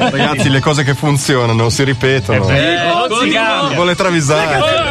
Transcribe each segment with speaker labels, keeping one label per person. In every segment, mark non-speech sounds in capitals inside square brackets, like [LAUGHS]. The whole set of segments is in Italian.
Speaker 1: Ragazzi, le cose che funzionano si ripetono.
Speaker 2: Eh,
Speaker 1: Vuole travisare.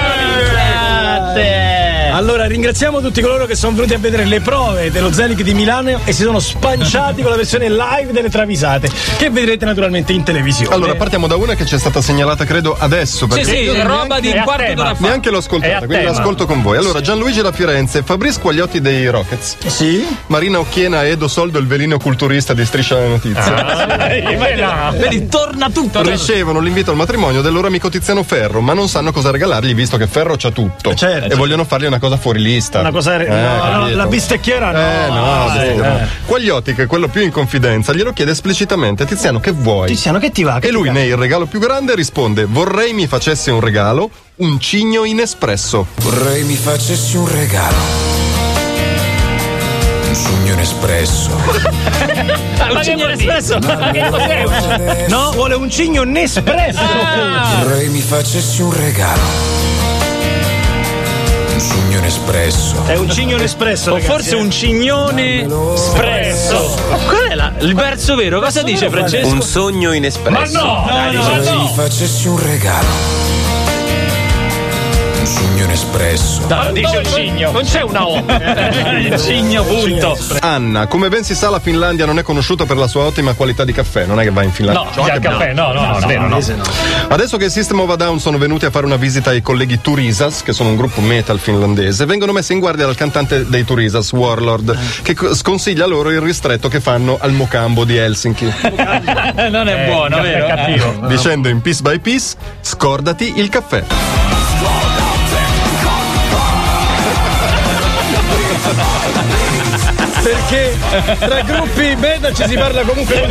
Speaker 3: Allora ringraziamo tutti coloro che sono venuti a vedere le prove dello Zelig di Milano e si sono spanciati con la versione live delle travisate che vedrete naturalmente in televisione. [LAUGHS]
Speaker 1: Allora, partiamo da una che ci è stata segnalata, credo, adesso. Perché
Speaker 4: sì,
Speaker 1: io
Speaker 4: roba di
Speaker 2: è
Speaker 4: un
Speaker 2: a
Speaker 4: quarto
Speaker 2: tema.
Speaker 4: d'ora fa.
Speaker 1: neanche l'ho
Speaker 2: È
Speaker 1: ascoltata,
Speaker 2: a
Speaker 1: quindi
Speaker 2: tema.
Speaker 1: l'ascolto con voi. Allora, Gianluigi da Firenze, Fabrizio Quagliotti dei Rockets,
Speaker 3: sì.
Speaker 1: Marina Occhiena e Edo Soldo, il velino culturista di Striscia la Notizia,
Speaker 3: Ah.
Speaker 2: Eh,
Speaker 4: Vedi, torna tutto.
Speaker 1: [LAUGHS] ricevono l'invito al matrimonio del loro amico Tiziano Ferro, ma non sanno cosa regalargli visto che Ferro c'ha tutto.
Speaker 3: certo,
Speaker 1: e
Speaker 3: certo.
Speaker 1: vogliono fargli una cosa fuori lista.
Speaker 3: Una cosa
Speaker 1: Eh,
Speaker 3: no, no,
Speaker 1: capito.
Speaker 3: la bistecchiera no.
Speaker 1: Eh no,
Speaker 3: Sì,
Speaker 1: sì, no.
Speaker 3: eh.
Speaker 1: Quagliotti, che è quello più in confidenza, glielo chiede esplicitamente: Tiziano, che vuoi?
Speaker 3: Tiziano, che ti va? Che
Speaker 1: E
Speaker 3: ti
Speaker 1: lui,
Speaker 3: va?
Speaker 1: nel regalo più grande, risponde: Vorrei mi facesse un regalo, un cigno in espresso.
Speaker 5: Vorrei mi facessi un regalo. Un sogno in espresso.
Speaker 2: Ma che vuole espresso? Ma che cos'è?
Speaker 3: No, vuole un cigno Nespresso.
Speaker 2: Ah.
Speaker 5: Vorrei mi facessi un regalo. Un sogno in espresso.
Speaker 3: È un cigno Nespresso.
Speaker 2: O
Speaker 3: ragazzi,
Speaker 2: forse
Speaker 3: eh.
Speaker 2: un cignone espresso. Qual è la- il verso vero? Cosa dice Francesco?
Speaker 6: Un sogno in
Speaker 2: Ma
Speaker 6: espresso.
Speaker 2: no! Dai, dice-
Speaker 5: Vorrei mi facessi un regalo. Un sogno in espresso.
Speaker 2: dai, dice un cigno. Non c'è una O. [LAUGHS] Il cigno punto.
Speaker 1: Anna, come ben si sa, la Finlandia non è conosciuta per la sua ottima qualità di caffè. Non è che va in Finlandia.
Speaker 2: No,
Speaker 1: Cioè,
Speaker 2: al
Speaker 1: che-
Speaker 2: caffè, no, no, no, è vero, no.
Speaker 1: Adesso che il System of a Down sono venuti a fare una visita ai colleghi Turisas, che sono un gruppo metal finlandese, vengono messi in guardia dal cantante dei Turisas, Warlord, che co- sconsiglia loro il ristretto che fanno al Mocambo di Helsinki.
Speaker 2: Eh, Non è buono, vero? Eh. Cattivo.
Speaker 1: dicendo in piece by piece, scordati il caffè.
Speaker 3: Perché tra gruppi beta ci si
Speaker 2: [LAUGHS]
Speaker 3: parla comunque con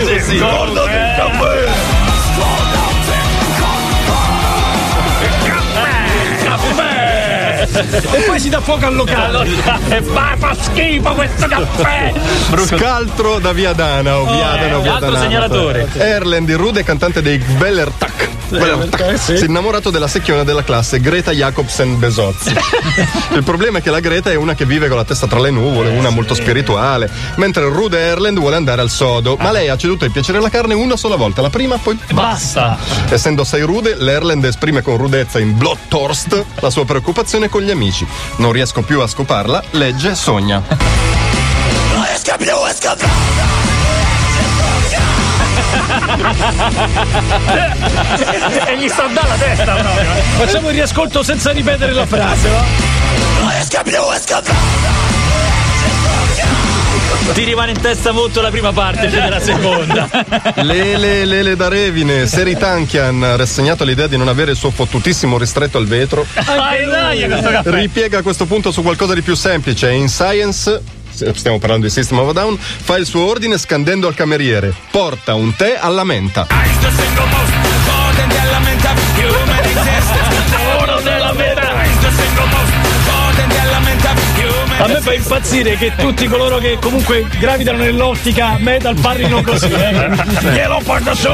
Speaker 3: E poi si dà fuoco al locale.
Speaker 2: E va, eh, fa schifo questo caffè! [LAUGHS]
Speaker 1: Scaltro da Via Danao, Via Danao, Via
Speaker 2: Oh, eh, altro
Speaker 1: Danao.
Speaker 2: segnalatore.
Speaker 1: Erland, il rude cantante dei Gvellertak.
Speaker 2: eh,
Speaker 1: Gvellertak. Si è innamorato della secchiona della classe Greta Jacobsen
Speaker 2: [LAUGHS]
Speaker 1: Besozzi. il problema è che la Greta è una che vive con la testa tra le nuvole,
Speaker 2: Eh,
Speaker 1: una molto spirituale, mentre il rude Erland vuole andare al sodo, ma lei ha ceduto il piacere alla carne una sola volta, la prima poi
Speaker 2: Basta!
Speaker 1: Essendo assai rude, l'Erland esprime con rudezza in Blotthorst la sua preoccupazione con gli amici. Non riesco più a scoparla, legge e sogna.
Speaker 2: E gli sta dalla testa proprio!
Speaker 3: Facciamo il riascolto senza ripetere la frase, va?
Speaker 2: Ti rimane in testa molto la prima parte più della seconda.
Speaker 1: Lele, Lele da Revine, Seri Tankian, rassegnato all'idea di non avere il suo fottutissimo ristretto al vetro,
Speaker 2: Ma è dai, questo caffè!
Speaker 1: ripiega a questo punto su qualcosa di più semplice. In Science, se stiamo parlando di System of a Down, fa il suo ordine scandendo al cameriere: porta un tè alla menta.
Speaker 2: Oro della verità!
Speaker 3: A me fa impazzire che tutti coloro che comunque gravitano nell'ottica metal parlino così. Eh. Glielo porto su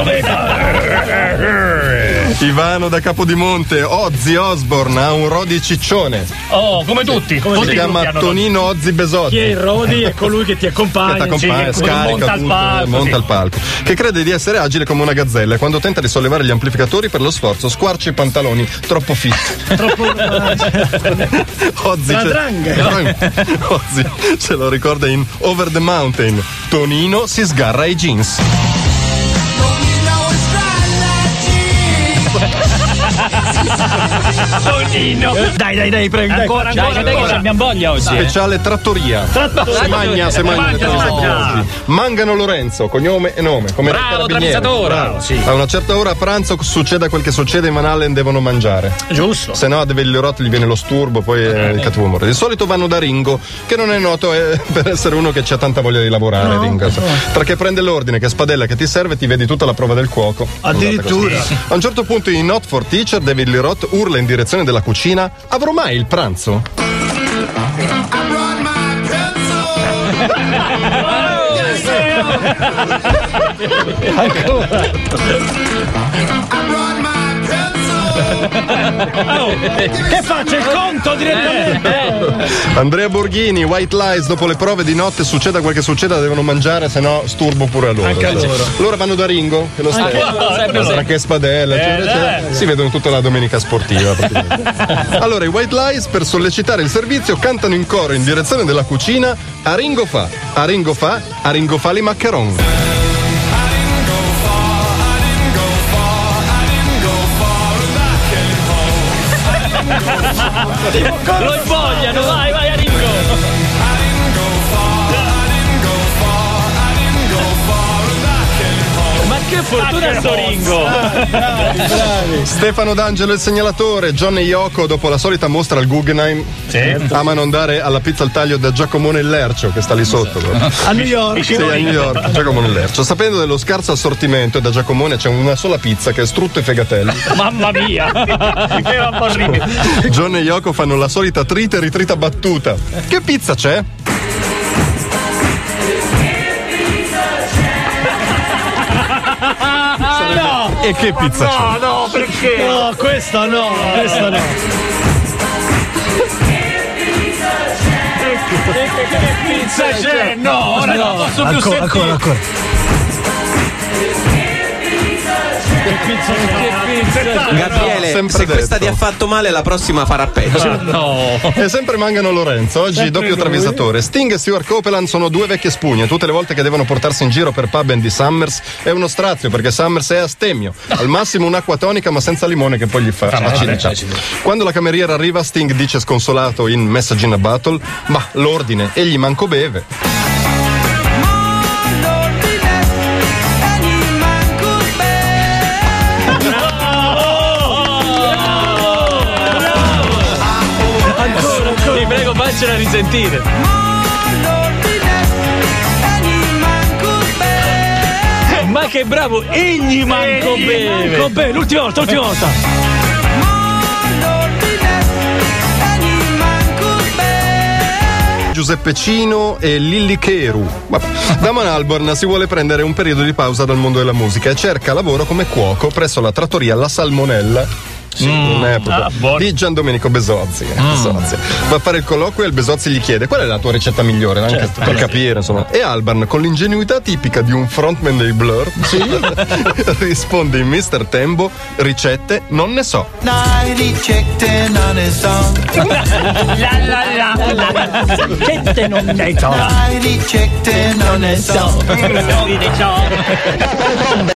Speaker 1: Ivano da Capodimonte, Ozzy Osborne ha un rodi ciccione.
Speaker 2: Oh, come tutti! Come
Speaker 1: Si
Speaker 2: tutti i
Speaker 1: chiama
Speaker 2: gruppi hanno-
Speaker 1: Tonino Ozzy Besotti.
Speaker 3: Chi è il Rodi è colui che ti accompagna.
Speaker 1: Aspetta, compare,
Speaker 3: sì, che
Speaker 1: scarica,
Speaker 3: monta al
Speaker 1: tutto, eh,
Speaker 3: palco,
Speaker 1: monta
Speaker 3: sì.
Speaker 1: al palco. Che crede di essere agile come una gazzella e quando tenta di sollevare gli amplificatori per lo sforzo squarcia i pantaloni troppo fit. troppo [LAUGHS] Ozzy,
Speaker 3: La
Speaker 1: ce... [LAUGHS] Ozzy ce lo ricorda in Over the Mountain. Tonino si sgarra i jeans.
Speaker 2: Tonino!
Speaker 3: Dai, dai, dai, prego. dai.
Speaker 2: Ancora,
Speaker 4: Dai, dai,
Speaker 2: ancora,
Speaker 4: che ci
Speaker 2: ancora!
Speaker 4: abbiamo voglia oggi. eh.
Speaker 1: Speciale trattoria. Si magna, si magna. le
Speaker 2: mangia, si
Speaker 1: trattorie
Speaker 2: mangia.
Speaker 1: oggi. Mangano Lorenzo, cognome e nome. Come nel
Speaker 4: Bravo,
Speaker 1: carabiniere.
Speaker 4: travisatore.
Speaker 1: Bravo. A una certa ora a pranzo succede quel che succede, i Manalen devono mangiare.
Speaker 3: Ah, Giusto.
Speaker 1: Se no a Devellirot gli viene lo sturbo, poi eh, il cattivo umore. Di solito vanno da Ringo, che non è noto eh, [LAUGHS] per essere uno che ha tanta voglia di lavorare. Ringo. Perché prende l'ordine, che spadella che ti serve, ti vedi tutta la prova del cuoco.
Speaker 3: Addirittura.
Speaker 1: Guardate così. A un certo punto in Not for Teacher, David Lirot urla in direzione della cucina: Avrò mai il pranzo?
Speaker 3: Che faccio? Ah, Il conto direttamente?
Speaker 1: Andrea Borghini, White Lies, dopo le prove di notte succeda quel che succeda, devono mangiare, se no sturbo pure a loro.
Speaker 3: Anche a loro.
Speaker 1: vanno da Ringo, che lo
Speaker 2: loro, sempre,
Speaker 1: stesso. Tra
Speaker 2: sempre.
Speaker 1: che spadella, eccetera, eccetera. Si vedono tutta la domenica sportiva. praticamente. allora, i White Lies, per sollecitare il servizio, cantano in coro in direzione della cucina a Ringo fa, a Ringo fa, a Ringo fa li maccheron.
Speaker 2: Lo invogliano, vai, vai, Arrigo. Ma che fortuna sto Ringo!
Speaker 1: Stefano D'Angelo il segnalatore, John e Yoko dopo la solita mostra al Guggenheim amano andare alla pizza al taglio da Giacomone Lercio che sta lì sotto. proprio.
Speaker 3: A New York.
Speaker 1: Sì, a New [LAUGHS] York, Giacomone Lercio. Sapendo dello scarso assortimento da Giacomone c'è una sola pizza che è strutto e [LAUGHS] fegatelli.
Speaker 2: Mamma mia! che roba orribile.
Speaker 1: John e Yoko fanno la solita trita e ritrita battuta. Che pizza c'è?
Speaker 3: No,
Speaker 1: E che pizza c'è?
Speaker 2: no, perché?
Speaker 3: no, questo no, questo no. Che pizza c'è? No, ora non posso più sentire. Ancora, ancora. Che pizza c'è?
Speaker 6: Gabriele,
Speaker 1: sempre
Speaker 6: se questa ti
Speaker 1: detto.
Speaker 6: ha fatto male, la prossima farà peggio.
Speaker 1: E sempre Mangano Lorenzo, oggi doppio travisatore. Sting e Stuart Copeland sono due vecchie spugne. Tutte le volte che devono portarsi in giro per pub and di Summers è uno strazio perché Summers è astemio. Al massimo un'acqua tonica ma senza limone che poi gli fa acidità. Quando la cameriera arriva, Sting dice sconsolato in Message in a Battle: Ma l'ordine, egli manco beve.
Speaker 2: Ti prego, faccela risentire.
Speaker 3: Eh.
Speaker 2: Ma che bravo, egli manco beve.
Speaker 3: Ecco bene, l'ultima volta, l'ultima volta.
Speaker 1: Giuseppe Cino e Lilli Cheru. Vabbè. Damon Alborn si vuole prendere un periodo di pausa dal mondo della musica e cerca lavoro come cuoco presso la trattoria La Salmonella. non è proprio- di Gian Domenico Besozzi, eh, Besozzi. va a fare il colloquio e il Besozzi gli chiede qual è la tua ricetta migliore anche per capire insomma e Alban con l'ingenuità tipica di un frontman dei Blur [LAUGHS] risponde in Mr. Tembo ricette non ne so
Speaker 3: Gente non dai
Speaker 7: Heidi checked in on his own.